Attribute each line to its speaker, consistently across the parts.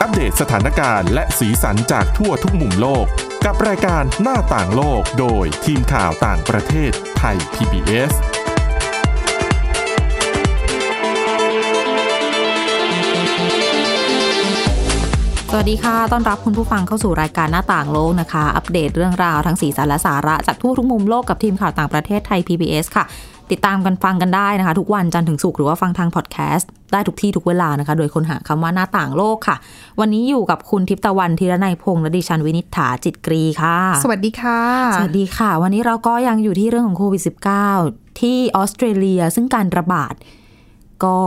Speaker 1: อัปเดตสถานการณ์และสีสันจากทั่วทุกมุมโลก กับรายการหน้าต่างโลกโดยทีมข่าวต่างประเทศไทย PBS
Speaker 2: สวัสดีค่ะ ต้อนรับคุณผู้ฟังเข้าสู่รายการหน้าต่างโลกนะคะ อัปเดตเรื่องราวทั้งสีสันและสาระ จากทั่วทุกมุมโลกกับทีมข่าวต่างประเทศไทย PBS ค่ะ ติดตามกันฟังกันได้นะคะ ทุกวันจันทร์ถึงศุกร์หรือว่าฟังทางพอดแคสต์ได้ทุกที่ทุกเวลานะคะ โดยค้นหาคำว่าหน้าต่างโลกค่ะ วันนี้อยู่กับคุณทิพย์ตะวันธีรนัยพงษ์และดิฉันวินิษฐาจิตกรีค่ะ
Speaker 3: สวัสดีค่ะ
Speaker 2: สวัสดีค่ะ วันนี้เราก็ยังอยู่ที่เรื่องของโควิด -19 ที่ออสเตรเลียซึ่งการระบาดก็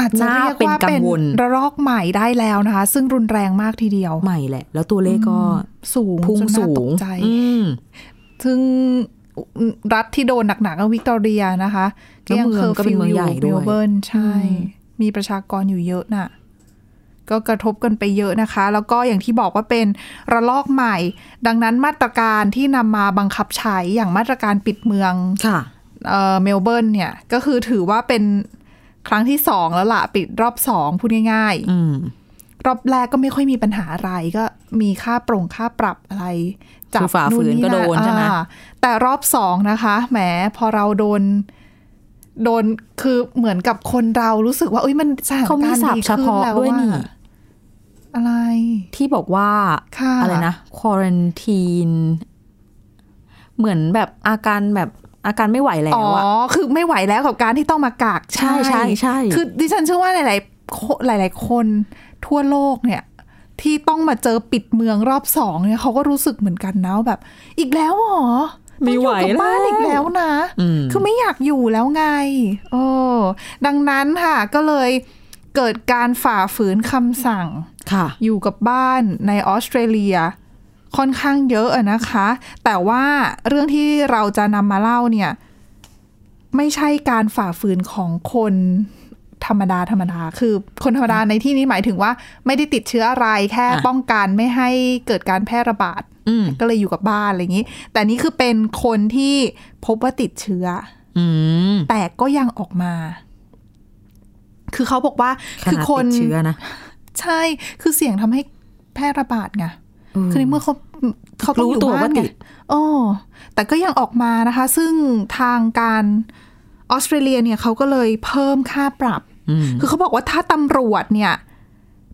Speaker 3: อาจจะ
Speaker 2: น่
Speaker 3: เรียก
Speaker 2: เป็น
Speaker 3: ว่า
Speaker 2: กั
Speaker 3: เป็
Speaker 2: ง
Speaker 3: น
Speaker 2: วล
Speaker 3: ระลอกใหม่ได้แล้วนะคะ ซึ่งรุนแรงมากทีเดียว
Speaker 2: ใหม่แหละ แล้วตัวเลขก็
Speaker 3: สูง
Speaker 2: พุ่ง
Speaker 3: จนน่า
Speaker 2: สู
Speaker 3: ตก
Speaker 2: ง
Speaker 3: ใจ
Speaker 2: อืม
Speaker 3: ซึ่งรัฐที่โดนหนักๆก็วิกตอเรียนะคะ
Speaker 2: แล้วเมืองก็เป็นเมืองใหญ่ด้วย
Speaker 3: เมลเบิร์นใช่
Speaker 2: อืม
Speaker 3: มีประชากรอยู่เยอะน่ะ ก็กระทบกันไปเยอะนะคะ แล้วก็อย่างที่บอกว่าเป็นระลอกใหม่ ดังนั้นมาตรการที่นำมาบังคับใช้อย่างมาตรการปิดเมือง
Speaker 2: ค่ะ
Speaker 3: เอ่อเมลเบิร์นเนี่ย ก็คือถือว่าเป็นครั้งที่สองแล้วล่ะ ปิดรอบสองพูดง่าย
Speaker 2: อืม
Speaker 3: ๆ รอบแรกก็ไม่ค่อยมีปัญหาอะไรก็มีค่าปรงค่าปรับอะไรจับ
Speaker 2: คือฝ่าฝืนก็โดนใช่ไหม
Speaker 3: อ่าแต่รอบสองนะคะแหมพอเราโดน โดนคือเหมือนกับคนเรารู้สึกว่าเอ้ยมันสถาน
Speaker 2: เขามี
Speaker 3: การณ์
Speaker 2: ศัพ
Speaker 3: ดี
Speaker 2: ท์เฉ
Speaker 3: ขึ้น
Speaker 2: พาะ
Speaker 3: แล้ว
Speaker 2: ด้วย
Speaker 3: ว่า
Speaker 2: นี่
Speaker 3: อะไร
Speaker 2: ที่บอกว่า
Speaker 3: ค่ะ
Speaker 2: อะไรนะควอรันทีน เหมือนแบบอาการแบบอาการไม่ไหวแล้
Speaker 3: อ๋อ
Speaker 2: วอะ
Speaker 3: คือไม่ไหวแล้วกับการที่ต้องมากัก
Speaker 2: ใช่ใช่ใช่
Speaker 3: คือดิฉันเชื่อว่าหลายๆคนหลาย ๆ คนทั่วโลกเนี่ย ที่ต้องมาเจอปิดเมืองรอบสองเนี่ยเขาก็รู้สึกเหมือนกันนะว่าแบบ อีกแล้วเหรอ
Speaker 2: ไม่ไหว
Speaker 3: อยู่กับ
Speaker 2: แล้ว
Speaker 3: บ้านอีกแล้วนะ
Speaker 2: อืม
Speaker 3: คือไม่อยากอยู่แล้วไงโอ้ดังนั้นค่ะ ก็เลยเกิดการฝ่าฝืนคำสั่ง
Speaker 2: ค่ะ
Speaker 3: อยู่กับบ้านในออสเตรเลีย ค่อนข้างเยอะอะนะคะ แต่ว่าเรื่องที่เราจะนำมาเล่าเนี่ย ไม่ใช่การฝ่าฝืนของคนธรรมดาธรรมดา คือคนธรรมดาในที่นี้หมายถึงว่า ไม่ได้ติดเชื้ออะไรแค่
Speaker 2: อ่ะ
Speaker 3: ป้องกันไม่ให้เกิดการแพร่ระบาด
Speaker 2: อืม
Speaker 3: ก็เลยอยู่กับบ้านอะไรอย่างนี้ แต่นี่คือเป็นคนที่พบว่าติดเชื้อ
Speaker 2: อืม
Speaker 3: แต่ก็ยังออกมา คือเขาบอกว่า
Speaker 2: ขนาด
Speaker 3: ค
Speaker 2: ติ
Speaker 3: น
Speaker 2: ดเชื้อนะ
Speaker 3: ใช่ คือเสี่ยงทำให้แพร่ระบาดไง คือในเมื่อเขาเขาต้อง
Speaker 2: รู้
Speaker 3: อยู่
Speaker 2: ตัว
Speaker 3: บ้า
Speaker 2: ว่าน
Speaker 3: ไง
Speaker 2: ติด
Speaker 3: โอ้แต่ก็ยังออกมานะคะ ซึ่งทางการออสเตรเลียเนี่ยเขาก็เลยเพิ่มค่าปรับ
Speaker 2: อืม
Speaker 3: คือเขาบอกว่าถ้าตำรวจเนี่ย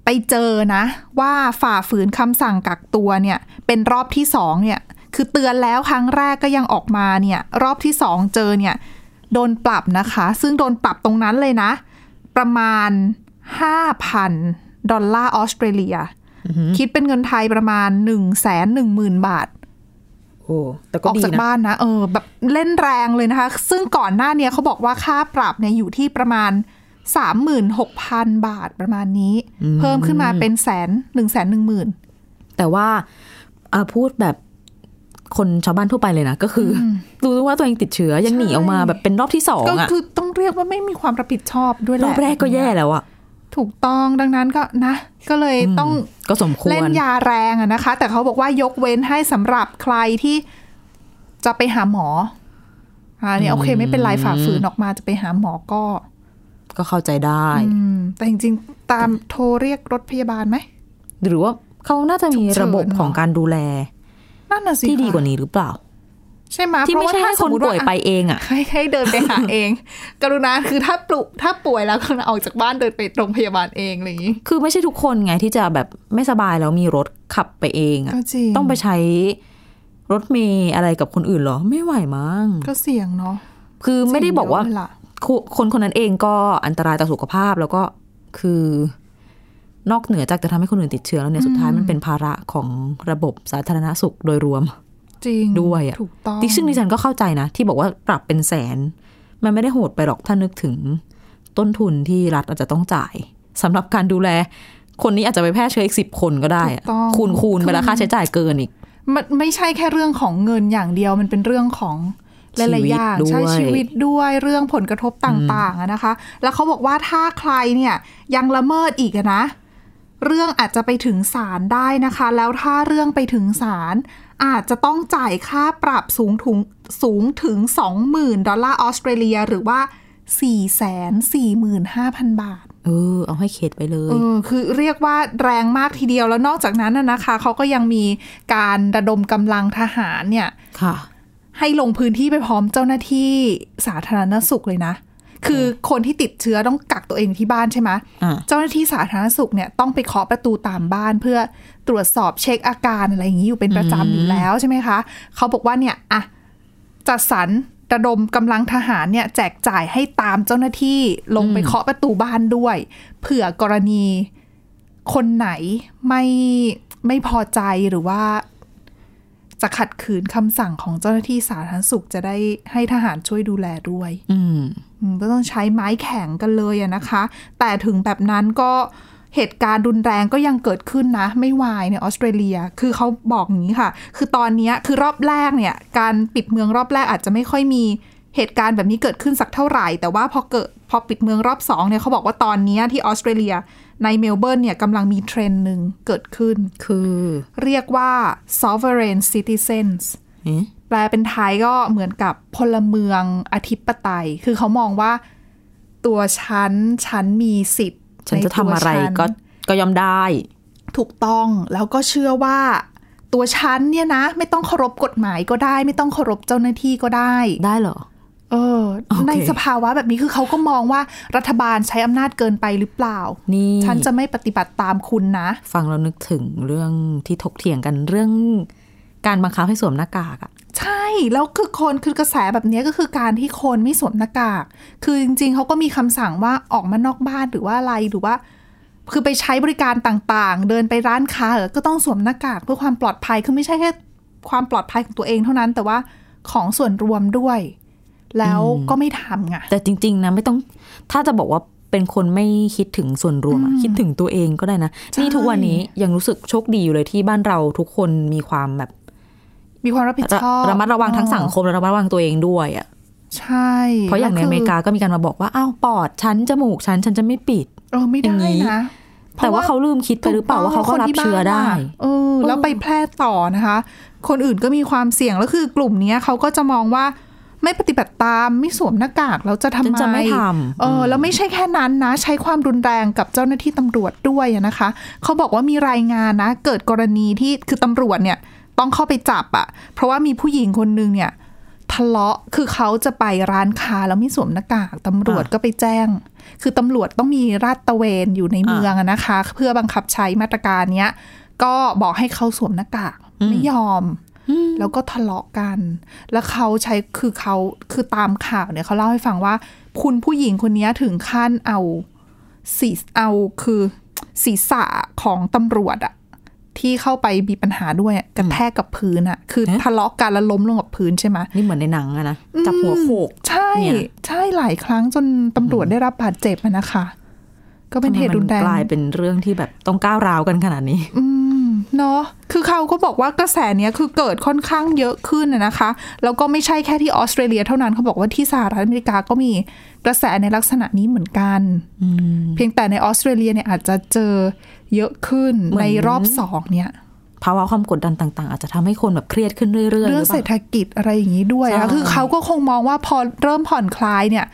Speaker 3: ไปเจอนะ ว่าฝ่าฝืนคำสั่งกักตัวเนี่ย เป็นรอบที่สองเนี่ย คือเตือนแล้วครั้งแรกก็ยังออกมาเนี่ย รอบที่สองเจอเนี่ย โดนปรับนะคะ ซึ่งโดนปรับตรงนั้นเลยนะ ประมาณ 5,000 ดอลลาร์ออสเตรเลีย คิดเป็นเงินไทยประมาณ 1 1 0 0 0 0 บาท
Speaker 2: โอ้แต่
Speaker 3: อ
Speaker 2: ก็
Speaker 3: อก
Speaker 2: ดี
Speaker 3: จาก
Speaker 2: นะ
Speaker 3: บ้านนะเออแบบเล่นแรงเลยนะคะ ซึ่งก่อนหน้าเนี้ยเขาบอกว่าค่าปรับเนี่ยอยู่ที่ประมาณ 36,000 บาทประมาณนี้ เพิ่มขึ้นมาเป็นแสนหนึ่งแสนหนึ่งหมื่น
Speaker 2: แต่ว่าอ่าพูดแบบคนชาวบ้านทั่วไปเลยนะ ก็คืออรู้ว่าตัวเองติดเชื้อยังหนีออกมาแบบเป็นรอบที่สอง
Speaker 3: ก็
Speaker 2: อะ
Speaker 3: คือต้องเรียกว่าไม่มีความรับผิดชอบด้วยแห
Speaker 2: ร
Speaker 3: ละ
Speaker 2: อบแรกก็แย่แล้วอะ
Speaker 3: ถูกต้องดังนั้นก็นะ ก็เลยต้อง
Speaker 2: ก็สมควร
Speaker 3: เล่นยาแรงอะนะคะ แต่เขาบอกว่ายกเว้นให้สำหรับใครที่จะไปหาหมออ่าเนี่ยโอเค ไม่เป็นไรฝ่าฝืนออกมาจะไปหาหมอก็
Speaker 2: ก็เข้าใจได้
Speaker 3: อืมแต่จริงๆ ตามโทรเรียกรถพยาบาลไหม
Speaker 2: หรือว่าเขาน่าจะมีระบบ
Speaker 3: ฉุกเฉิน
Speaker 2: ของการดูแล
Speaker 3: นั่นน่ะสิ
Speaker 2: ที่ดีกว่า
Speaker 3: ค่ะ
Speaker 2: นี้หรือเปล่า
Speaker 3: ใช่ไหม
Speaker 2: ที่
Speaker 3: เพราะ
Speaker 2: ไม่
Speaker 3: ว่า
Speaker 2: ใช่
Speaker 3: ถ้า
Speaker 2: ให้
Speaker 3: ส
Speaker 2: ค
Speaker 3: ม
Speaker 2: น
Speaker 3: มติ
Speaker 2: ป่ว
Speaker 3: ว่า
Speaker 2: ยไปเองอะ
Speaker 3: ให้ให้เดินไปหาเอง กรุณาคือถ้าปลุกถ้าป่วยแล้วกรุณาออกจากบ้านเดินไปโรงพยาบาลเองอะไรอย่างนี้
Speaker 2: คือไม่ใช่ทุกคนไงที่จะแบบไม่สบายแล้วมีรถขับไปเองอะ
Speaker 3: ก็จริง
Speaker 2: ต้องไปใช้รถเมย์อะไรกับคนอื่นเหรอ ไม่ไหวมั้ง
Speaker 3: ก็เสี่ยงเนาะ
Speaker 2: คือไม่ได้บอกว่า
Speaker 3: เสี่ยงเยะเลยล่ะ
Speaker 2: คุคนคนนั้นเองก็อันตรายต่อสุขภาพแล้วก็คือนอกเหนือจากจะทำให้คนอื่นติดเชื้อแล้วเนี่ยสุดท้ายมันเป็นภาระของระบบสาธารณสุขโดยรวม
Speaker 3: จริง
Speaker 2: ด้วยอะ
Speaker 3: ถูกต้อง
Speaker 2: ดิซึ่งดิฉันก็เข้าใจนะ ที่บอกว่าปรับเป็นแสน มันไม่ได้โหดไปหรอกถ้านึกถึงต้นทุนที่รัฐอาจจะต้องจ่ายสำหรับการดูแล คนนี้อาจจะไปแพร่เชื้ออีกสิบคนก็ได้อะ
Speaker 3: ถูกต้อง
Speaker 2: คูณคูณไปแล้วค่าใช้จ่ายเกินอีก
Speaker 3: มันไม่ใช่แค่เรื่องของเงินอย่างเดียวมันเป็นเรื่องของห
Speaker 2: ชี
Speaker 3: ลาย
Speaker 2: วิต
Speaker 3: ๆ
Speaker 2: ด้วย
Speaker 3: อย่างใช่ชีวิตด้วยเรื่องผลกระทบต่างๆอะนะคะ แล้วเขาบอกว่าถ้าใครเนี่ยยังละเมิดอีกอะนะ เรื่องอาจจะไปถึงศาลได้นะคะ แล้วถ้าเรื่องไปถึงศาลอาจจะต้องจ่ายค่าปรับสูงถึงสูงถึง 20,000 ดอลลาร์ออสเตรเลียหรือว่า 445,000 บาท
Speaker 2: เออ เอาให้เข็ดไปเล
Speaker 3: เอย อคือเรียกว่าแรงมากทีเดียวแล้วนอกจากนั้นน่ะนะคะเขาก็ยังมีการระดมกำลังทหารเนี่ย
Speaker 2: ค่ะ
Speaker 3: ให้ลงพื้นที่ไปพร้อมเจ้าหน้าที่สาธารณสุขเลยนะ คือคนที่ติดเชื้อต้องกักตัวเองที่บ้านใช่ไหม
Speaker 2: อ่า
Speaker 3: เจ้าหน้าที่สาธารณสุขเนี่ยต้องไปเคาะประตูตามบ้านเพื่อตรวจสอบเช็คอาการอะไรอย่างนี้อยู่เป็นประจำอยู่แล้วใช่ไหมคะเขาบอกว่าเนี่ยอะจัดสรรระดมกำลังทหารเนี่ยแจกจ่ายให้ตามเจ้าหน้าที่ลงไปเคาะประตูบ้านด้วย เผื่อกรณีคนไหนไม่ไม่พอใจหรือว่า จะขัดขืนคำสั่งของเจ้าหน้าที่สาธารณสุขจะได้ให้ทหารช่วยดูแลด้วย
Speaker 2: อืม
Speaker 3: อืมก็ต้องใช้ไม้แข็งกันเลยอะนะคะ แต่ถึงแบบนั้นก็เหตุการณ์รุนแรงก็ยังเกิดขึ้นนะ ไม่วายในออสเตรเลีย คือเขาบอกอย่างนี้ค่ะ คือตอนเนี้ยคือรอบแรกเนี่ย การปิดเมืองรอบแรกอาจจะไม่ค่อยมีเหตุการณ์แบบนี้เกิดขึ้นสักเท่าไหร่ แต่ว่าพอเกิดพอปิดเมืองรอบสองเนี่ยเขาบอกว่าตอนเนี้ยที่ออสเตรเลียในเมลเบิร์นเนี่ยกำลังมีเทรนด์หนึ่งเกิดขึ้น
Speaker 2: คือ
Speaker 3: เรียกว่า sovereign citizens
Speaker 2: เอ๊ะ
Speaker 3: แปลเป็นไทยก็เหมือนกับพลเมืองอธิปไตย คือเขามองว่าตัวฉัน ฉันมีสิทธิ์
Speaker 2: ฉันจะทำอะไร
Speaker 3: ในตัวฉัน
Speaker 2: ก็ ก็ยอมได้
Speaker 3: ถูกต้องแล้วก็เชื่อว่า ตัวฉันเนี่ยนะ ไม่ต้องเคารพกฎหมายก็ได้ ไม่ต้องเคารพเจ้าหน้าที่ก็ได้
Speaker 2: ได้เหรอ
Speaker 3: เออ
Speaker 2: โอเค
Speaker 3: ในสภาวะแบบนี้คือเขาก็มองว่ารัฐบาลใช้อำนาจเกินไปหรือเปล่า
Speaker 2: นี่
Speaker 3: ฉันจะไม่ปฏิบัติตามคุณนะ
Speaker 2: ฟังเรานึกถึงเรื่องที่ถกเถียงกันเรื่อง การบังคับให้สวมหน้ากากอะ
Speaker 3: ใช่แล้วคือคนคือกระแสแบบนี้ก็คือการที่คนไม่สวมหน้ากาก คือจริงๆเขาก็มีคำสั่งว่าออกมานอกบ้านหรือว่าอะไรหรือว่า คือไปใช้บริการต่างๆ เดินไปร้านค้าเออก็ต้องสวมหน้ากากเพื่อความปลอดภัยคือไม่ใช่แค่ความปลอดภัยของตัวเองเท่านั้น แต่ว่าของส่วนรวมด้วย แล้วก็ไม่ทำไง
Speaker 2: แต่จริง ๆ นะไม่ต้อง ถ้าจะบอกว่าเป็นคนไม่คิดถึงส่วนรวมอะคิดถึงตัวเองก็ได้นะ
Speaker 3: ใช่
Speaker 2: นี่ทุกวันนี้ยังรู้สึกโชคดีอยู่เลยที่บ้านเราทุกคนมีความแบบ
Speaker 3: มีความรับผิด
Speaker 2: ระ
Speaker 3: ชอบ
Speaker 2: ระมัดระวังทั้งสังคมและระมัดระวังตัวเองด้วยอะ
Speaker 3: ใช่
Speaker 2: เพราะอย่างใน
Speaker 3: แล้วคื
Speaker 2: อเมริกาก็มีการมาบอกว่า อ้าว ปอดฉัน จมูกฉัน ฉันจะไม่ปิด
Speaker 3: เออไม่
Speaker 2: อ
Speaker 3: ได้
Speaker 2: ย่างนี้
Speaker 3: นะพ
Speaker 2: แต่
Speaker 3: ระ
Speaker 2: ว่าเขาลืมคิดไปหรือเปล่าว่าเขาก็รับเชื้อได้
Speaker 3: เออ แล้วไปแพร่ต่อนะคะ คนอื่นก็มีความเสี่ยง แล้วคือกลุ่มเนี้ยเขาก็จะมองว่าไม่ปฏิบัติตามไม่สวมหน้ากากแล้วจะ
Speaker 2: ฉั
Speaker 3: ทำ
Speaker 2: น
Speaker 3: ไม
Speaker 2: จะไม่ทำ
Speaker 3: เออ แล้วไม่ใช่แค่นั้นนะ ใช้ความรุนแรงกับเจ้าหน้าที่ตำรวจด้วยอะนะคะ เขาบอกว่ามีรายงานนะ เกิดกรณีที่คือตำรวจเนี่ย ต้องเข้าไปจับอะ่ะ เพราะว่ามีผู้หญิงคนนึงเนี่ย ทะเลาะคือเขาจะไปร้านค้าแล้วไม่สวมหน้ากากตำรวจก็ไปแจ้ง คือตำรวจต้องมีราดตระเวนอยู่ในเมืองอะนะคะ เพื่อบังคับใช้มาตรการเนี้ย ก็บอกให้เขาสวมหน้ากากไม่ยอม แล้วก็ทะเลาะกัน แล้วเขาใช้คือเขาคือตามข่าวเนี่ยเขาเล่าให้ฟังว่า คุณผู้หญิงคนเนี้ยถึงขั้นเอาสีเอาคือศีรษะของตำรวจอะที่เข้าไปมีปัญหาด้วยอะกระแทกกับพื้นอะคือ
Speaker 2: เอ๊ะ
Speaker 3: ทะเลาะกันแล้วล้มลงกับพื้นใช่ไหม
Speaker 2: นี่เหมือนในหนังอะนะ จับหัวโขก
Speaker 3: ใช่
Speaker 2: เนี่ย
Speaker 3: ใช่หลายครั้งจนตำรวจได้รับบาดเจ็บอะนะคะ ก็เป็นเหตุรุนแร
Speaker 2: ทำไม
Speaker 3: ง
Speaker 2: มักลายเป็นเรื่องที่แบบต้องก้าวร้าวกันขนาดนี้
Speaker 3: อืมเนาะคือเขาก็บอกว่ากระแสเนี้ยคือเกิดค่อนข้างเยอะขึ้นอะนะคะ แล้วก็ไม่ใช่แค่ที่ออสเตรเลียเท่านั้นเขาบอกว่าที่สหรัฐอเมริกาก็มีกระแสในลักษณะนี้เหมือนกัน
Speaker 2: อืม
Speaker 3: เพียงแต่ในออสเตรเลียเนี่ยอาจจะเจอเยอะขึ้น
Speaker 2: เหมือน
Speaker 3: ในรอบสองเนี่ย
Speaker 2: ภาวะความกดดันต่างๆ อาจจะทำให้คนแบบเครียดขึ้นเรื่อยๆ
Speaker 3: เรื่อง
Speaker 2: หปล่า
Speaker 3: เศรษฐกิจอะไรอย่างนี้ด้วย
Speaker 2: ใช่
Speaker 3: นะคือเขาก็คงมองว่าพอเริ่มผ่อนคลายเนี่ย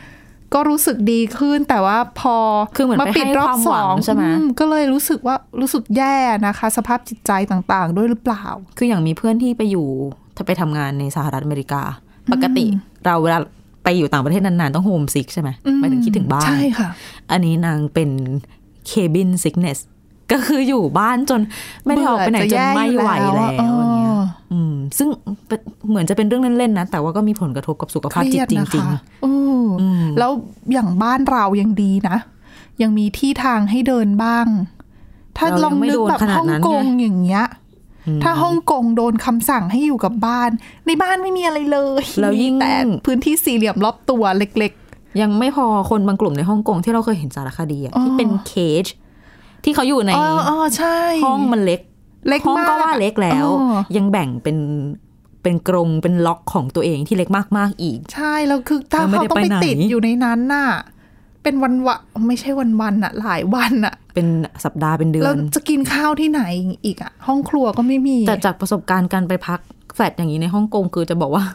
Speaker 3: ก็รู้สึกดีขึ้นแต่ว่าพอ
Speaker 2: คือเหมือน
Speaker 3: มา
Speaker 2: ไป
Speaker 3: ปิดรอบ
Speaker 2: ให้ความห
Speaker 3: ส
Speaker 2: วั
Speaker 3: องง
Speaker 2: ใช่ไหม
Speaker 3: อืก็เลยรู้สึกว่ารู้สึกแย่นะคะ สภาพจิตใจต่างๆ ด้วยหรือเปล่า
Speaker 2: คืออย่างมีเพื่อนที่ไปอยู่ ถ้าไปทำงานในสหรัฐอเมริกา ปกติเราเวลาไปอยู่ต่างประเทศนานๆ ต้องโฮมซิกใช่ไหม
Speaker 3: อืม
Speaker 2: หมายถึงคิดถึงบ้าน
Speaker 3: ใช่ค่ะ
Speaker 2: อันนี้นางเป็น cabin sickness ก็คืออยู่บ้านจนไม่ได้ออกไปไหนจนไม่ไหวแล้วอย่างเงี้ยอืมซึ่งเป็นเหมือนจะเป็นเรื่องเล่นๆนะ แต่ว่าก็มีผลกระทบกับสุข
Speaker 3: เค
Speaker 2: ภาพ
Speaker 3: รี
Speaker 2: จิต
Speaker 3: ยด
Speaker 2: จ
Speaker 3: นะ
Speaker 2: ริง
Speaker 3: คะเอออ
Speaker 2: ม
Speaker 3: แล้วอย่างบ้านเรายังดีนะ ยังมีที่ทางให้เดินบ้าง ถ้า
Speaker 2: เรา
Speaker 3: ลอง
Speaker 2: ยังไม่
Speaker 3: นึก
Speaker 2: โดน
Speaker 3: แบบ
Speaker 2: ขนาด
Speaker 3: ฮ่อง
Speaker 2: นั้น
Speaker 3: กง
Speaker 2: ไง
Speaker 3: อย่างเงี้ย
Speaker 2: ๆอืม
Speaker 3: ถ้าฮ่องกงโดนคำสั่งให้อยู่กับบ้าน ในบ้านไม่มีอะไรเลย
Speaker 2: แล้วยิ่ง
Speaker 3: มีแต่พื้นที่สี่เหลี่ยมรอบตัวเล็ก
Speaker 2: ยังไม่พอคนบางกลุ่มในฮ่องกงที่เราเคยเห็นสารคดีอะ
Speaker 3: อ๋อ
Speaker 2: ที่เป็นเคจที่เขาอยู่
Speaker 3: ๆ
Speaker 2: ใน
Speaker 3: อ๋ออ๋อใช่
Speaker 2: ห้องมันเล็ก
Speaker 3: เล็ก
Speaker 2: ห้อง
Speaker 3: มาก
Speaker 2: ก็ว่าเล็กแล้ว
Speaker 3: อ๋อ
Speaker 2: ยังแบ่งเป็นเป็นกรงเป็นล็อกของตัวเองที่เล็กมาก ๆ อีก
Speaker 3: ใช่แล้วคือถ้า
Speaker 2: แล้วไม่ได้
Speaker 3: เขาต้อง
Speaker 2: ไป
Speaker 3: ไป
Speaker 2: ไหน
Speaker 3: ติดอยู่ในนั้นน่ะ เป็นวันวะไม่ใช่วันวันๆน่ะ หลายวันน่ะ
Speaker 2: เป็นสัปดาห์เป็นเดือ
Speaker 3: แล้ว
Speaker 2: น
Speaker 3: จะกินข้าวที่ไหนอีกอ่ะ ห้องครัวก็ไม่มี
Speaker 2: แต่จากประสบการณ์การไปพักแฟลตอย่างนี้ในฮ่องกงคือจะบอกว่า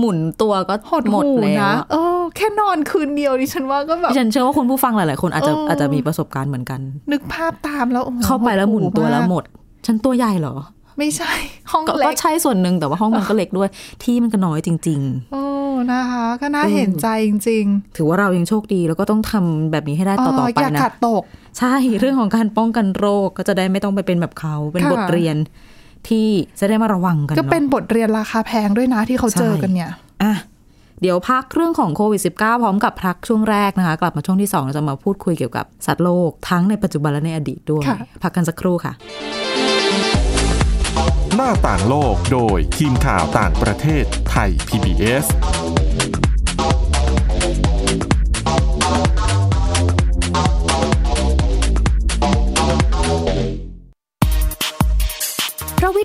Speaker 2: หมุนตัวก็
Speaker 3: หด
Speaker 2: หมด
Speaker 3: หู
Speaker 2: แล้ว
Speaker 3: นะ
Speaker 2: อะ
Speaker 3: เออ แค่นอนคืนเดียวดิฉันว่าก็แบบ
Speaker 2: ดิฉันเชื่อว่าคุณผู้ฟังหลาย ๆ คนอาจจะ
Speaker 3: เอออ
Speaker 2: อาจจะมีประสบการณ์เหมือนกัน
Speaker 3: นึกภาพตามแล้วโอ้โ
Speaker 2: เข้าไปแล้วหมุนตัวแล้วหม
Speaker 3: าก
Speaker 2: ด ฉันตัวใหญ่เหรอ
Speaker 3: ไม่ใช่ ห้อง
Speaker 2: ก็
Speaker 3: เล็
Speaker 2: ก็
Speaker 3: ก
Speaker 2: ใช่ส่วนหนึ่งแต่ว่าห้องมันก็เล็กด้วย ที่มันก็น้อยจริง
Speaker 3: โอ้นะคะ ก็น่า
Speaker 2: อืม
Speaker 3: เห็นใจจริง
Speaker 2: ๆ ถือว่าเรายังโชคดีแล้วก็ต้องทำแบบนี้ให้ได้
Speaker 3: ๆ
Speaker 2: ต่อ ๆ ไป
Speaker 3: อย่า
Speaker 2: นะ
Speaker 3: ขัดตก
Speaker 2: ใช่เรื่องของการป้องกันโรคก็จะได้ไม่ต้องไปเป็นแบบเขาเป็น
Speaker 3: ค่ะ
Speaker 2: บทเรียนที่จะได้มาระวังกัน
Speaker 3: ก็เป็น
Speaker 2: เนาะ
Speaker 3: บทเรียนราคาแพงด้วยนะที่เขา
Speaker 2: ใช่
Speaker 3: เจอกันเนี่ย
Speaker 2: อ่ะเดี๋ยวพักเรื่องของโควิด -19 พร้อมกับพักช่วงแรกนะคะ กลับมาช่วงที่ 2 เราจะมาพูดคุยเกี่ยวกับสัตว์โลก ทั้งในปัจจุบันและในอดีตด้วย
Speaker 3: ค่ะ
Speaker 2: พักกันสักครู่ค่ะ
Speaker 1: หน้าต่างโลกโดยทีมข่าวต่างประเทศไทย PBS
Speaker 4: เพราะวิ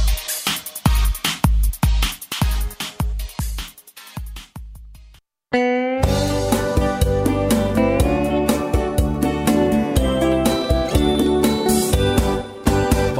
Speaker 5: บ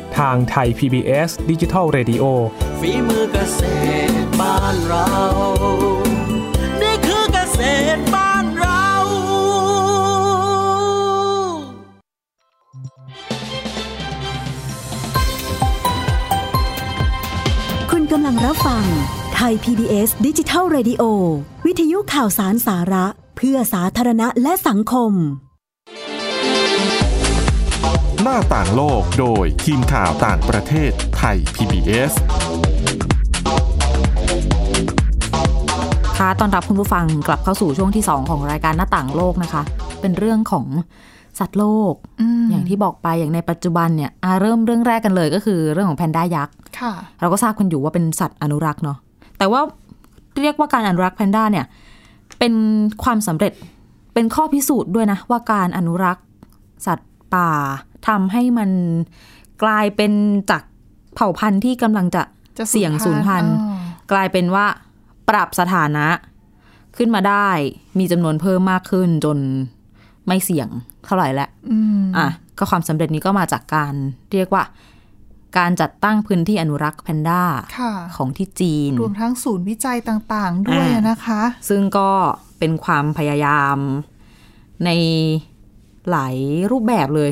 Speaker 6: ทางไทย PBS d i g i ดิจิ Radio
Speaker 5: ฝีมือเกษตรบ้านเรา นี่คือเกษตรบ้านเรา
Speaker 7: คุณกำลังรับฟังไทย PBS ดิจิทัล Radio วิทยุข่าวสารสาระ เพื่อสาธารณะและสังคม
Speaker 1: หน้าต่างโลกโดยทีมข่าวต่างประเทศไทย PBS
Speaker 2: ค่ะตอนรับคุณผู้ฟังกลับเข้าสู่ช่วงที่ 2 ของรายการหน้าต่างโลกนะคะ เป็นเรื่องของสัตว์โลก
Speaker 3: อืม
Speaker 2: อย่างที่บอกไปอย่างในปัจจุบันเนี่ยอ่ะเริ่มเรื่องแรกกันเลยก็คือเรื่องของแพนด้ายักษ์
Speaker 3: ค่ะ
Speaker 2: เราก็ทราบกันอยู่ว่าเป็นสัตว์อนุรักษ์เนาะแต่ว่าเรียกว่าการอนุรักษ์แพนด้าเนี่ย เป็นความสำเร็จเป็นข้อพิสูจน์ด้วยนะ ว่าการอนุรักษ์ สัตว์ป่าทำให้มันกลายเป็นจากเผ่าพันธุ์ที่กำลังจะ
Speaker 3: จะ
Speaker 2: เสี่ยงสูญพันธุ์
Speaker 3: อ๋อก
Speaker 2: ลายเป็นว่าปรับสถานะขึ้นมาได้ มีจำนวนเพิ่มมากขึ้นจนไม่เสี่ยงเท่าไหร่แล้ว
Speaker 3: อืม
Speaker 2: อ่ะก็ความสำเร็จนี้ก็มาจากการเรียกว่า การจัดตั้งพื้นที่อนุรักษ์แพนด้า
Speaker 3: ค่ะ
Speaker 2: ของที่จีน
Speaker 3: รวมทั้งศูนย์วิจัยต่างๆ ด้วย
Speaker 2: อ่าน
Speaker 3: นะคะ
Speaker 2: ซึ่งก็เป็นความพยายามในหลายรูปแบบเลย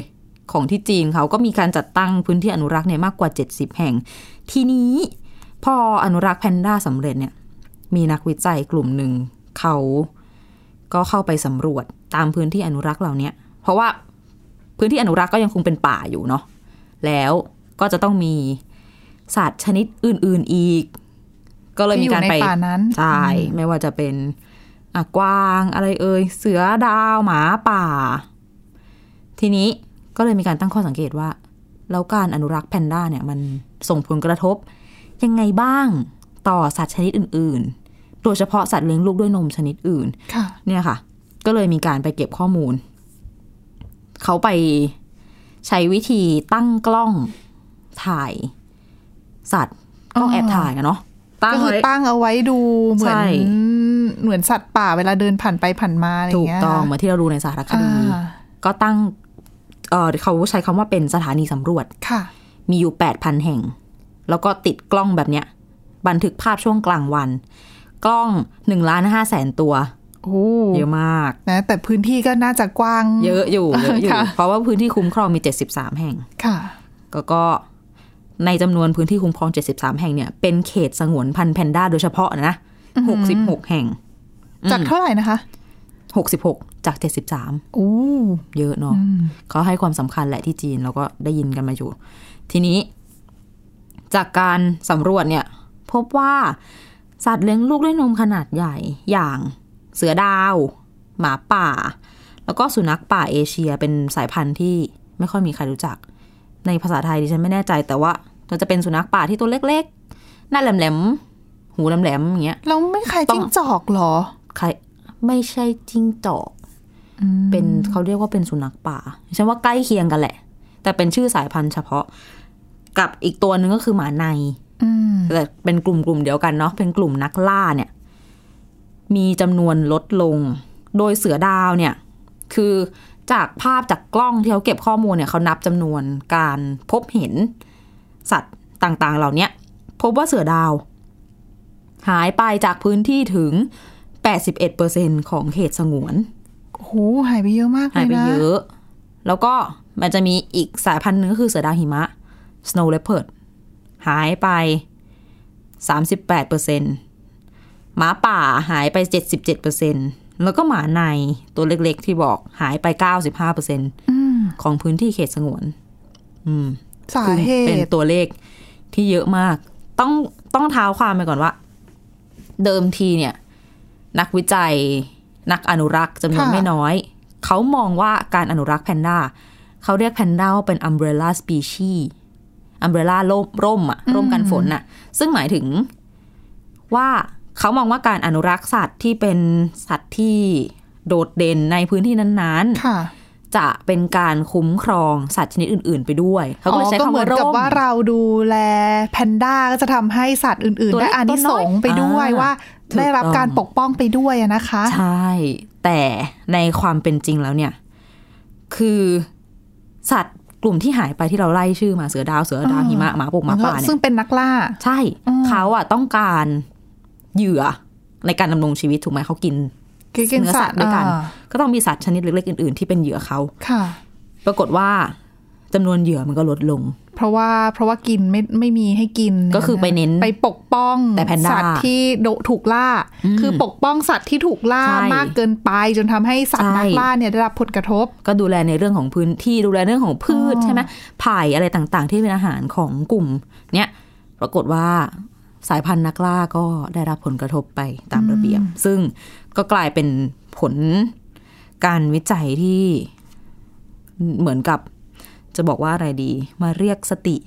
Speaker 2: ของที่จีนเขาก็มีการจัดตั้งพื้นที่อนุรักษ์เนี่ยมากกว่า 70 แห่ง ทีนี้พออนุรักษ์แพนด้าสำเร็จเนี่ยมีนักวิจัยกลุ่มหนึ่งเขาก็เข้าไปสำรวจตามพื้นที่อนุรักษ์เหล่าเนี้ยเพราะว่าพื้นที่อนุรักษ์ก็ยังคงเป็นป่าอยู่เนาะแล้วก็จะต้องมีสัตว์ชนิดอื่น ๆอีก ก็เลยมีการไป
Speaker 3: ที่อยู่ในป่านั้น
Speaker 2: ใช่ ไม่ว่าจะเป็นอ่ะกวางอะไรเอ่ย เสือดาวหมาป่า ทีนี้ก็เลยมีการตั้งข้อสังเกตว่า แล้วการอนุรักษ์แพนด้าเนี่ย มันส่งผลกระทบ ยังไงบ้างต่อสัตว์ชนิดอื่น ๆ โดยเฉพาะสัตว์เลี้ยงลูกด้วยนมชนิดอื่น
Speaker 3: ค่ะ
Speaker 2: เนี่ยค่ะ ก็เลยมีการไปเก็บข้อมูล เขาไปใช้วิธีตั้งกล้องถ่าย สัตว์กล้อง
Speaker 3: อ๋อ
Speaker 2: แอบถ่ายอะเนาะตั้ง
Speaker 3: ก็คือ
Speaker 2: ไว้
Speaker 3: ตั้งเอาไว้ดูเหมือน
Speaker 2: ใช่
Speaker 3: เหมือนสัตว์ป่าเวลาเดินผ่านไปผ่านมาอะไรอ
Speaker 2: ถูก
Speaker 3: ย่างเงี้ย
Speaker 2: ต้องเหมือนที่เราดูในสารค
Speaker 3: อ่
Speaker 2: ดี
Speaker 3: า
Speaker 2: ก็ตั้งเอ่อเขาใช้คำว่าเป็นสถานีสำรวจ
Speaker 3: ค่ะ
Speaker 2: มีอยู่ 8,000 แห่ง แล้วก็ติดกล้องแบบเนี้ย บันทึกภาพช่วงกลางวัน กล้อง1ล้าน5แสนตัว
Speaker 3: โอ้
Speaker 2: เยอะมาก
Speaker 3: นะแต่พื้นที่ก็น่าจะกว้าง
Speaker 2: เยอะ อยู่เยอะอยู่
Speaker 3: ค่ะ
Speaker 2: เพราะว่าพื้นที่คุ้มครองมี 73 แห่ง
Speaker 3: ค่ะ
Speaker 2: ก็ก็ในจำนวนพื้นที่คุ้มครอง 73 แห่งเนี่ย เป็นเขตสงวนพันธุ์แพนด้าโดยเฉพาะนะ66 แห่ง
Speaker 3: จากเท่าไหร่นะคะ
Speaker 2: 66 จาก 73
Speaker 3: โอ้
Speaker 2: เยอะเนาะเขาให้ความสำคัญแหละที่จีน แล้วก็ได้ยินกันมาอยู่ ทีนี้ จากการสำรวจเนี่ย พบว่าสัตว์เลี้ยงลูกด้วยนมขนาดใหญ่อย่างเสือดาว หมาป่า แล้วก็สุนัขป่าเอเชียเป็นสายพันธุ์ที่ไม่ค่อยมีใครรู้จัก ในภาษาไทยดิฉันไม่แน่ใจแต่ว่ามันจะเป็นสุนัขป่าที่ตัวเล็กๆ หน้าแหลมๆ หูแหลมๆอย่างเงี้ย
Speaker 3: เราไม่ใคร
Speaker 2: ต้อง
Speaker 3: จิ้งจอกเหรอ
Speaker 2: ใครไม่ใช่จิ้งจอก
Speaker 3: อืม
Speaker 2: เป็นเขาเรียกว่าเป็นสุนัขป่าฉันว่าใกล้เคียงกันแหละ แต่เป็นชื่อสายพันธุ์เฉพาะ กับอีกตัวหนึ่งก็คือหมาใน
Speaker 3: อืม
Speaker 2: แต่เป็นกลุ่มกลุ่มเดียวกันเนาะเป็นกลุ่มนักล่าเนี่ย มีจำนวนลดลง โดยเสือดาวเนี่ย คือจากภาพจากกล้องที่เขาเก็บข้อมูลเนี่ยเขานับจำนวนการพบเห็นสัตว์ต่างๆ เหล่าเนี้ยพบว่าเสือดาว หายไปจากพื้นที่ถึง 81%ของเขตสงวน
Speaker 3: โอ้โหหายไปเยอะมากเล
Speaker 2: หาย
Speaker 3: ย
Speaker 2: ไป
Speaker 3: นะ
Speaker 2: เยอะ แล้วก็มันจะมีอีกสายพันธุ์หนึงก็คือเสือดาวหิมะ snow leopard หายไป 38%หมาป่าหายไป 77%แล้วก็หมาในตัวเล็กๆที่บอกหายไป 95%
Speaker 3: อืม
Speaker 2: ของพื้นที่เขตสงวน อืม
Speaker 3: สาเห
Speaker 2: คือเป็น
Speaker 3: ตุ
Speaker 2: ตัวเลขที่เยอะมาก ต้องต้องเท้าความไปก่อนว่า เดิมทีเนี่ย นักวิจัย นักอนุรักษ์จำนวนไม่น้อย เขามองว่าการอนุรักษ์แพนด้าเขาเรียกแพนด้าว่าเป็นอัมเบรล่าสปีชีอัมเบรล่าร่มร่มอะร่มกันฝนอะซึ่งหมายถึงว่าเขามองว่าการอนุรักษ์สัตว์ที่เป็นสัตว์ที่โดดเด่นในพื้นที่นั้นๆ
Speaker 3: ค่ะ
Speaker 2: จะเป็นการคุ้มครองสัตว์ชนิดอื่น ๆ ไปด้วย เขา
Speaker 3: อ๋
Speaker 2: ก็เลย
Speaker 3: อ
Speaker 2: ใช้
Speaker 3: ก็
Speaker 2: คำ
Speaker 3: เหมื
Speaker 2: ว่าน ร่
Speaker 3: กับ
Speaker 2: ม
Speaker 3: ว่าเราดูแลแพนด้าก็จะทำให้สัตว์อื่น
Speaker 2: ตัว
Speaker 3: ๆ
Speaker 2: เล็
Speaker 3: ได้
Speaker 2: ก
Speaker 3: อานิสงส์ไปด้วย
Speaker 2: ตัวน้อย
Speaker 3: ว่า
Speaker 2: ถูก
Speaker 3: ได้รับ
Speaker 2: ต้อง
Speaker 3: การปกป้องไปด้วยอะนะคะ
Speaker 2: ใช่ แต่ในความเป็นจริงแล้วเนี่ย คือสัตว์กลุ่มที่หายไปที่เราไล่ชื่อมาเสือดาวเสือดาว
Speaker 3: อ่า
Speaker 2: หิมะหมาปกหมาป่าเนี่
Speaker 3: ซึ่ง
Speaker 2: ย
Speaker 3: เป็นนักล่า
Speaker 2: ใช่
Speaker 3: อืม
Speaker 2: เขาอะต้องการเหยื่อในการดำรงชีวิตถูกไหมเขากิน
Speaker 3: คือกิน
Speaker 2: เนื้อ
Speaker 3: สั
Speaker 2: สั
Speaker 3: ต
Speaker 2: ต
Speaker 3: ว์
Speaker 2: ว์ด้วยกัน
Speaker 3: อ่า
Speaker 2: ก็ต้องมีสัตว์ชนิดเล็กๆอื่น ๆ ที่เป็นเหยื่อเขา
Speaker 3: ค่ะ
Speaker 2: ปรากฏว่าจำนวนเหยื่อมันก็ลดลง
Speaker 3: เพราะว่าเพราะว่ากินไม่ไม่มีให้กิน
Speaker 2: ก็คือไปเน้น
Speaker 3: ไปปกป้อง
Speaker 2: แต่แพนด้า
Speaker 3: สัตว์ที่โดถูกล่า
Speaker 2: อืม
Speaker 3: คือปกป้องสัตว์ที่ถูกล่า
Speaker 2: ใช่
Speaker 3: มากเกินไปจนทำให้สัตว์
Speaker 2: ใช่
Speaker 3: นักล่าเนี่ยได้รับผลกระทบ
Speaker 2: ก็ดูแลในเรื่องของพื้นที่ดูแลเรื่องของพืช
Speaker 3: อ๋อ
Speaker 2: ใช่ไหมไผ่อะไรต่างๆ ที่เป็นอาหารของกลุ่ม เนี้ยปรากฏว่าสายพันธุ์นักล่าก็ได้รับผลกระทบไปตามระเบียบ ซึ่งก็กลายเป็นผลการวิจัยที่เหมือนกับจะบอกว่าอะไรดี มาเรียกสติ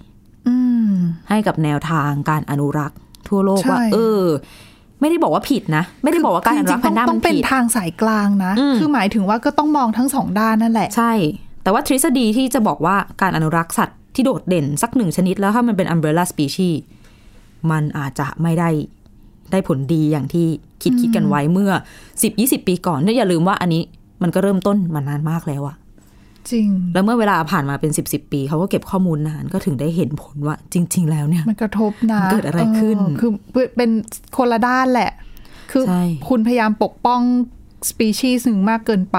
Speaker 3: อืม
Speaker 2: ให้กับแนวทางการอนุรักษ์ ทั่วโลกว่า
Speaker 3: ใช่
Speaker 2: เออ ไม่ได้บอกว่าผิดนะ ไม่ได้บอกว่าการอนุรักษ์
Speaker 3: คื
Speaker 2: แพนด้า
Speaker 3: จๆ
Speaker 2: มั
Speaker 3: ต้อง
Speaker 2: น
Speaker 3: เป็น
Speaker 2: ผิด
Speaker 3: ทางสายกลางนะ
Speaker 2: อืม
Speaker 3: คือหมายถึงว่าก็ต้องมองทั้งสองด้านนั่นแหละ
Speaker 2: ใช่ แต่ว่าทฤษฎีที่จะบอกว่าการอนุรักษ์สัตว์ที่โดดเด่นสักหนึ่งชนิดแล้วถ้ามันเป็น umbrella species มันอาจจะไม่ได้ได้ผลดีอย่างที่คิดคิดกันไว้เมื่อ 10-20 ปีก่อนเนี่ยอย่าลืมว่าอันนี้มันก็เริ่มต้นมานานมากแล้วอะ
Speaker 3: จริง
Speaker 2: แล้วเมื่อเวลาผ่านมาเป็น 10 10 ปี เขาก็เก็บข้อมูลนานก็ถึงได้เห็นผลว่าจริง ๆ แล้วเนี่ย
Speaker 3: มันกระทบนะ
Speaker 2: มันเกิดอะไรขึ้น
Speaker 3: เออคือเป็นคนละด้านแหละ คือ
Speaker 2: ใช่
Speaker 3: คุณพยายามปกป้องสปีชีส์หนึ่งมากเกินไป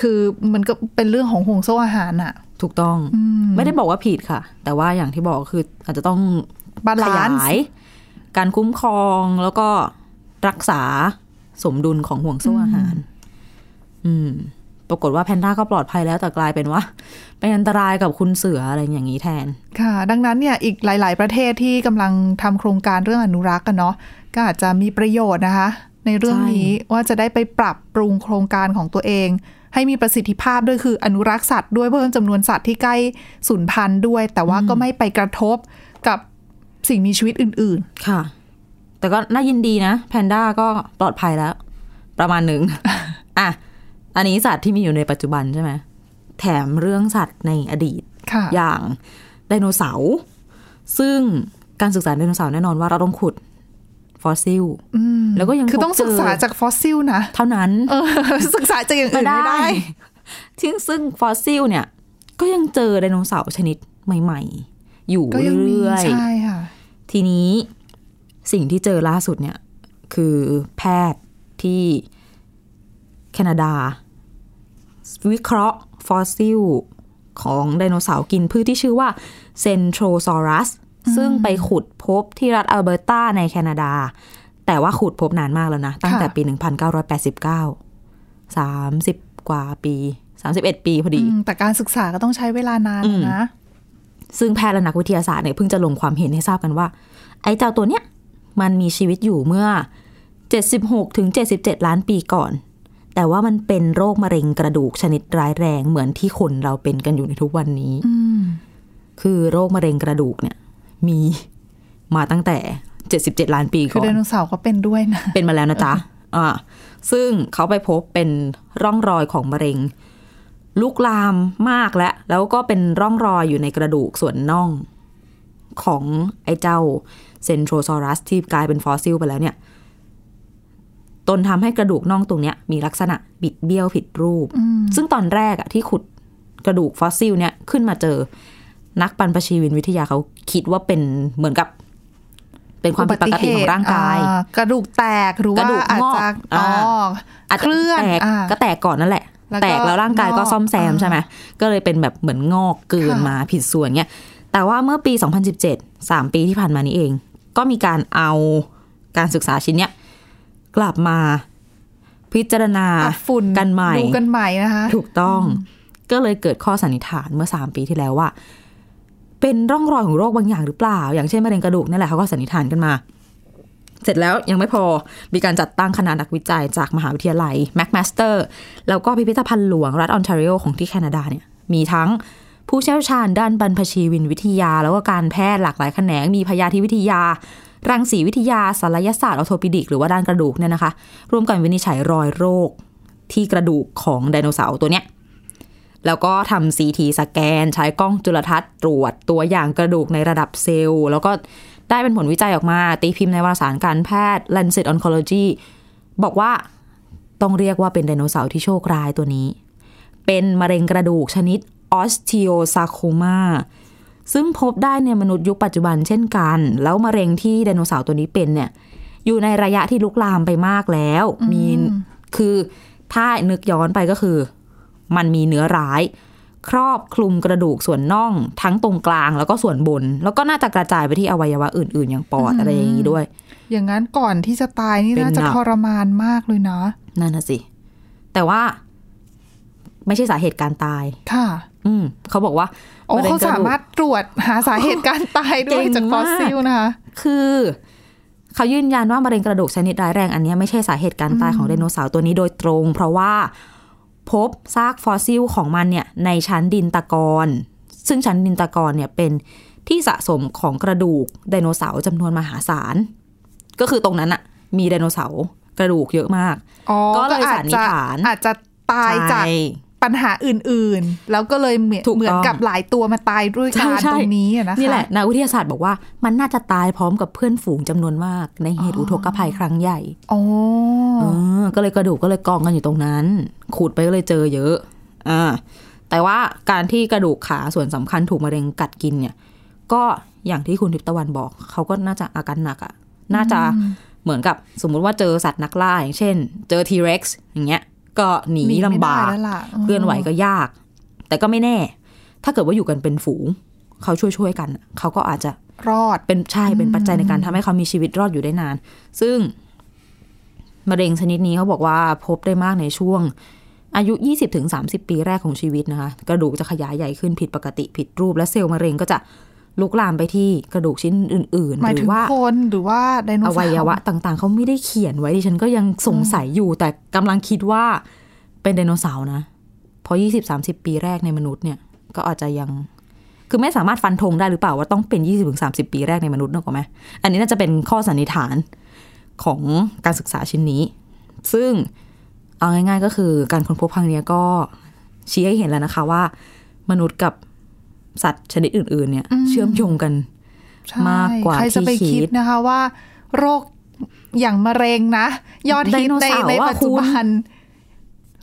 Speaker 3: คือมันก็เป็นเรื่องของห่วงโซ่อาหารอะ
Speaker 2: ถูกต้อง
Speaker 3: อืม
Speaker 2: ไม่ได้บอกว่าผิดค่ะ แต่ว่าอย่างที่บอกคืออาจจะต้อง
Speaker 3: บาลาย
Speaker 2: ขาน
Speaker 3: ซ์
Speaker 2: ยการคุ้มครองแล้วก็รักษาสมดุลของห่วงโซ่อาหาร อืม ปรากฏว่าแพนด้าก็ปลอดภัยแล้วแต่กลายเป็นว่าเป็นอันตรายกับคุณเสืออะไรอย่างนี้แทน
Speaker 3: ค่ะ ดังนั้นเนี่ยอีกหลาย ๆ ประเทศที่กำลังทำโครงการเรื่องอนุรักษ์กันเนาะก็อาจจะมีประโยชน์นะคะ ในเรื่องนี้ว่าจะได้ไปปรับปรุงโครงการของตัวเอง ให้มีประสิทธิภาพด้วยคืออนุรักษ์สัตว์ด้วยเพิ่มจำนวนสัตว์ที่ใกล้สูญพันธุ์ด้วย แต่ว่าก็ไม่ไปกระทบกับสิ่งมีชีวิตอื่น
Speaker 2: ค่ะ แต่ก็น่ายินดีนะแพนด้าก็ปลอดภัยแล้ว ประมาณหนึ่ง อ่ะ อันนี้สัตว์ที่มีอยู่ในปัจจุบันใช่ไหมแถมเรื่องสัตว์ในอดีต
Speaker 3: ๆ ค่ะ
Speaker 2: อย่างไดโนเสาร์ซึ่งการศึกษาไดโนเสาร์แน่นอนว่าเราต้องขุดฟอสซิลแล้วก็ยัง
Speaker 3: คือต้อง
Speaker 2: พบเจ
Speaker 3: ศึกษาจากฟอสซิลนะ
Speaker 2: เท่านั้น
Speaker 3: เอ อ ศึกษาจากอย่างอื่นไม่ได้
Speaker 2: ซึ่งซึ่งฟอสซิลเนี่ย ก็ยังเจอไดโนเสาร์ชนิดใหม่ ๆ อยู่
Speaker 3: ก็ยังมี
Speaker 2: เรื่อย
Speaker 3: ใช่ค่ะ
Speaker 2: ๆ ทีนี้สิ่งที่เจอล่าสุดเนี่ย คือแพทย์ที่แคนาดา วิเคราะห์ฟอสซิลของไดโนเสาร์กินพืชที่ชื่อว่าเซนโทรซอรัสซึ่งไปขุดพบที่รัฐอัลเบอร์ตาในแคนาดา แต่ว่าขุดพบนานมากแล้วนะ ตั้งแต่
Speaker 3: ค่ะ
Speaker 2: ปี 1989 30 กว่าปี 31 ปีพอดี
Speaker 3: อืมแต่การศึกษาก็ต้องใช้เวลานานนะ
Speaker 2: ซึ่งแพทย์และนักวิทยาศาสตร์เนี่ยเพิ่งจะลงความเห็นให้ทราบกันว่า ไอ้เจ้าตัวเนี้ยมันมีชีวิตอยู่เมื่อ 76ถึง77 ล้านปีก่อน แต่ว่ามันเป็นโรคมะเร็งกระดูกชนิดร้ายแรงเหมือนที่คนเราเป็นกันอยู่ในทุกวันนี้
Speaker 3: อืม
Speaker 2: คือโรคมะเร็งกระดูกเนี่ย มีมาตั้งแต่ 77 ล้านปี
Speaker 3: คื
Speaker 2: ก่
Speaker 3: อ
Speaker 2: อ
Speaker 3: ได
Speaker 2: น
Speaker 3: โนเสาร์ก็เป็นด้วยนะ
Speaker 2: เป็นมาแล้วนะจ๊ะ อ่า ซึ่งเขาไปพบเป็นร่องรอยของมะเร็ง ลุกลามมากแล้ว แล้วก็เป็นร่องรอยอยู่ในกระดูกส่วนน่อง ของไอ้เจ้าเซนโทรซอรัสที่กลายเป็นฟอสซิลไปแล้วเนี่ย ตนทำให้กระดูกน่องตรงเนี้ยมีลักษณะบิดเบี้ยวผิดรูป ซึ่งตอนแรกอะที่ขุดกระดูกฟอสซิลเนี่ยขึ้นมาเจอ นักปันประชีวินวิทยาเขาคิดว่าเป็นเหมือนกับ เป็นความผิดปกติของร่างกาย
Speaker 3: อุบัติเหตุอ่กระดูกแตกหรือ
Speaker 2: ระ
Speaker 3: ว่า
Speaker 2: ดูก
Speaker 3: อาจ
Speaker 2: งอก
Speaker 3: จะ
Speaker 2: อ่า
Speaker 3: อ๋ออา
Speaker 2: อา
Speaker 3: จ
Speaker 2: จจะ
Speaker 3: จะเคลื่อน
Speaker 2: แตก
Speaker 3: อ่า
Speaker 2: ก็แตกก่อนนั่นแหละ
Speaker 3: แล้ว
Speaker 2: แต
Speaker 3: ก็
Speaker 2: กแล้วร่างกายก็ซ่อมแซมใช่ไหมก็เลยเป็นแบบเหมือนงอกเกิน
Speaker 3: ค่ะ
Speaker 2: มาผิดส่วนเงี้ยแต่ว่าเมื่อปี 2017 3 ปีที่ผ่านมานี้เอง ก็มีการเอาการศึกษาชิ้นเนี้ยกลับมาพิจารณา
Speaker 3: ตัดฝุ่น
Speaker 2: กันใหม่
Speaker 3: ดูกันใหม่นะคะ
Speaker 2: ถูกต้องก็เลยเกิดข้อสันนิษฐานเมื่อ 3 ปีที่แล้วว่า เป็นร่องรอยของโรคบางอย่างหรือเปล่า อย่างเช่นมะเร็งกระดูกนี่แหละเขาก็สันนิษฐานกันมา เสร็จแล้วยังไม่พอมีการจัดตั้งคณะนักวิจัยจากมหาวิทยาลัยแม c มาสเตอร์แล้วก็พิพิธภัณฑ์หลวงรัฐออนทาริโอของที่แคนาดาเนี่ยมีทั้งผู้เชี่ยวชาญด้านบรรพชีวินวิทยา แล้วก็การแพทย์หลากหลายแขนง มีพยาธิวิทยา รังสีวิทยาศัลยศาสตร์ออโทปิดิก หรือว่าด้านกระดูกเนี่ยนะคะร่วมกันวินิจฉัยรอยโรค ที่กระดูกของไดโนเสาร์ตัวเนี้ย แล้วก็ทำซีทีสแกน ใช้กล้องจุลทรรศน์ตรวจตัวอย่างกระดูกในระดับเซลล์ แล้วก็ได้เป็นผลวิจัยออกมา ตีพิมพ์ในวารสารการแพทย์ Lancet Oncology บอกว่าต้องเรียกว่าเป็นไดโนเสาร์ที่โชคร้ายตัวนี้ เป็นมะเร็งกระดูกชนิด osteosarcoma ซึ่งพบได้ในมนุษย์ยุคปัจจุบันเช่นกัน แล้วมะเร็งที่ไดโนเสาร์ตัวนี้เป็นเนี่ย อยู่ในระยะที่ลุกลามไปมากแล้ว มีคือถ้านึกย้อนไปก็คือ มันมีเนื้อร้าย ครอบคลุมกระดูกส่วนน่องทั้งตรงกลางแล้วก็ส่วนบน แล้วก็น่าจะกระจายไปที่อวัยวะอื่นๆ อย่างปอดอะไรอย่างนี้ด้วย
Speaker 3: อย่างนั้นก่อนที่จะตายนี่
Speaker 2: เป็น
Speaker 3: น่าจะ
Speaker 2: หนัก
Speaker 3: ทรมานมากเลยนะ
Speaker 2: นั่นน่ะสิ แต่ว่าไม่ใช่สาเหตุการตาย
Speaker 3: ค่ะ
Speaker 2: อืมเขาบอกว่า
Speaker 3: โอ้
Speaker 2: ะเร็ง
Speaker 3: เขา
Speaker 2: กะ
Speaker 3: สา
Speaker 2: ดูก
Speaker 3: มารถตรวจหาสาเหตุการตายด้วย
Speaker 2: เก่ง
Speaker 3: จากฟอส
Speaker 2: มาก
Speaker 3: ซิลนะคะ
Speaker 2: คือเขายืนยันว่ามะเร็งกระดูกชนิดร้ายแรงอันเนี้ยไม่ใช่สาเหตุการตายของไดโนเสาร์ตัวนี้โดยตรง เพราะว่าพบซากฟอสซิลของมันเนี่ยในชั้นดินตะกอนซึ่งชั้นดินตะกอนเนี่ยเป็นที่สะสมของกระดูกไดโนเสาร์จำนวนมหาศาล ก็คือตรงนั้นอะมีไดโนเสาร์กระดูกเยอะมาก
Speaker 3: อ๋อ
Speaker 2: ก็เลย
Speaker 3: อาจ
Speaker 2: สันนิษ
Speaker 3: จะ
Speaker 2: ฐาน
Speaker 3: อาจจะตายจาก
Speaker 2: ใช่
Speaker 3: ปัญหาอื่นๆ แล้วก็เลยเหมือน
Speaker 2: ถูกต้อง
Speaker 3: เหมือนกับหลายตัวมาตายด้วยการ
Speaker 2: ใช่ใช่
Speaker 3: ตรงนี้อนะคะ
Speaker 2: นี่แหละนักวิทยาศาสตร์บอกว่ามันน่าจะตายพร้อมกับเพื่อนฝูงจำนวนมาก ในเหตุอุทกภัยครั้งใหญ่
Speaker 3: โอ้
Speaker 2: เออก็เลยกระดูกก็เลยกองกันอยู่ตรงนั้น ขูดไปก็เลยเจอเยอะ อ่า แต่ว่าการที่กระดูกขาส่วนสำคัญถูกมะเร็งกัดกินเนี่ย ก็อย่างที่คุณทิพย์ตะวันบอก เขาก็น่าจะอาการหนักอะ่ะ น่าจะเหมือนกับสมมุติว่าเจอสัตว์นักล่าอย่างเช่น เจอทีเร็กซ์อย่างเงี้ย ก็หนี
Speaker 3: หนีไม่
Speaker 2: ลำบาก
Speaker 3: ได้แล้วล่ะอืม
Speaker 2: เคลื่อนไหวก็ยาก แต่ก็ไม่แน่ ถ้าเกิดว่าอยู่กันเป็นฝูง เขาช่วยๆกัน เขาก็อาจจะ
Speaker 3: รอด
Speaker 2: เป็นใช่เป็นปัจจัยในการทำให้เขามีชีวิตรอดอยู่ได้นาน ซึ่งมะเร็งชนิดนี้เขาบอกว่าพบได้มากในช่วง อายุ 20-30 ปีแรกของชีวิตนะคะ กระดูกจะขยายใหญ่ขึ้นผิดปกติผิดรูป และเซลล์มะเร็งก็จะลุกลามไปที่กระดูกชิ้นอื่น
Speaker 3: ห
Speaker 2: ๆ
Speaker 3: มาย
Speaker 2: หรื
Speaker 3: ถึ
Speaker 2: อง ว่า
Speaker 3: คนหรือว่าไดโน
Speaker 2: อ
Speaker 3: เสาร์
Speaker 2: วัยวะต่างๆ เขาไม่ได้เขียนไว้ดิฉันก็ยังสงสัยอยู่ แต่กำลังคิดว่าเป็นไดโนเสาร์นะเพราะ 20-30 ปีแรกในมนุษย์เนี่ย ก็อาจจะยัง คือไม่สามารถฟันธงได้หรือเปล่าว่าต้องเป็น 20-30 ปีแรกในมนุษย์นึกออกไหม อันนี้น่าจะเป็นข้อสันนิษฐานของการศึกษาชิ้นนี้ ซึ่งเอาง่ายๆก็คือการค้นพบครั้งเนี้ยก็ชี้ให้เห็นแล้วนะคะว่า มนุษย์กับสัตว์ชนิดอื่นๆเนี่ย เชื่อมโยงกัน
Speaker 3: ใช่
Speaker 2: มากกว่า
Speaker 3: ใครจะไป
Speaker 2: ที่คิ
Speaker 3: คิด
Speaker 2: ด
Speaker 3: นะคะว่า โรคอย่างมะเร็งนะ ยอดฮิตใน
Speaker 2: ไดโนเสาร์
Speaker 3: ใน
Speaker 2: อะ
Speaker 3: ปัจจุบัน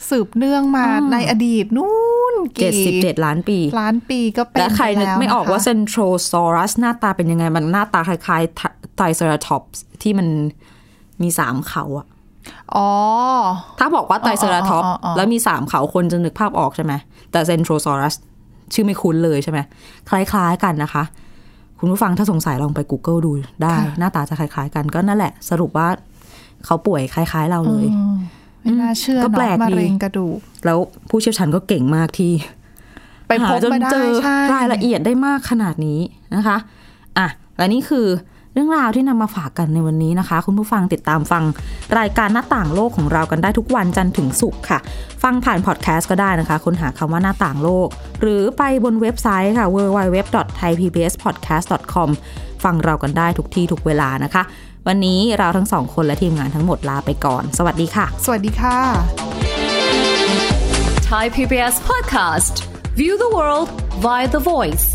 Speaker 3: สืบเนื่องมา
Speaker 2: อืม
Speaker 3: ในอดีตนู่นกี่
Speaker 2: 77 ล้านปี
Speaker 3: ล้านปีก็เป็น
Speaker 2: และใครนึกไม่ออกว่าเซ
Speaker 3: ไป
Speaker 2: นโทรซอรัสหน้าตาเป็นยังไง มันหน้าตาคล้ายๆไทรเซอราทอปส์ที่มันมีสามเขาอะ
Speaker 3: แล้วนะคะอ๋อ
Speaker 2: ถ้าบอกว่าไตรเซอราทอปส์
Speaker 3: อ๋ออ๋ออ๋อ
Speaker 2: แล้วมีสามเขาคนจะนึกภาพออกใช่ไหม แต่เซนโทรซอรัส ชื่อไม่คุ้นเลยใช่ไหม คล้ายๆกันนะคะ คุณผู้ฟังถ้าสงสัยลองไป Google ดูได้ หน้าตาจะคล้ายๆกันก็นั่นแหละ สรุปว่าเขาป่วยคล้ายๆเราเลย
Speaker 3: ไม่น่าเชื่อ
Speaker 2: ก็แปลก
Speaker 3: เนาะมะ
Speaker 2: ดี
Speaker 3: เร็งกระดูก
Speaker 2: แล้วผู้เชี่ยวชาญก็เก่งมากที่
Speaker 3: ไปพ
Speaker 2: หา
Speaker 3: บ
Speaker 2: จน
Speaker 3: มาได้
Speaker 2: เจอ
Speaker 3: ใช่
Speaker 2: รายละเอียดได้มากขนาดนี้นะคะ อ่ะ และนี่คือเรื่องราวที่นำมาฝากกันในวันนี้นะคะ คุณผู้ฟังติดตามฟังรายการหน้าต่างโลกของเรากันได้ทุกวันจันทร์ถึงศุกร์ค่ะ ฟังผ่านพอดแคสต์ก็ได้นะคะ ค้นหาคำว่าหน้าต่างโลก หรือไปบนเว็บไซต์ค่ะ www.thaipbspodcast.com ฟังเรากันได้ทุกที่ทุกเวลานะคะ วันนี้เราทั้งสองคนและทีมงานทั้งหมดลาไปก่อน สวัสดีค่ะ
Speaker 3: สวัสดีค่ะ
Speaker 8: Thai PBS podcast. View the world via the voice.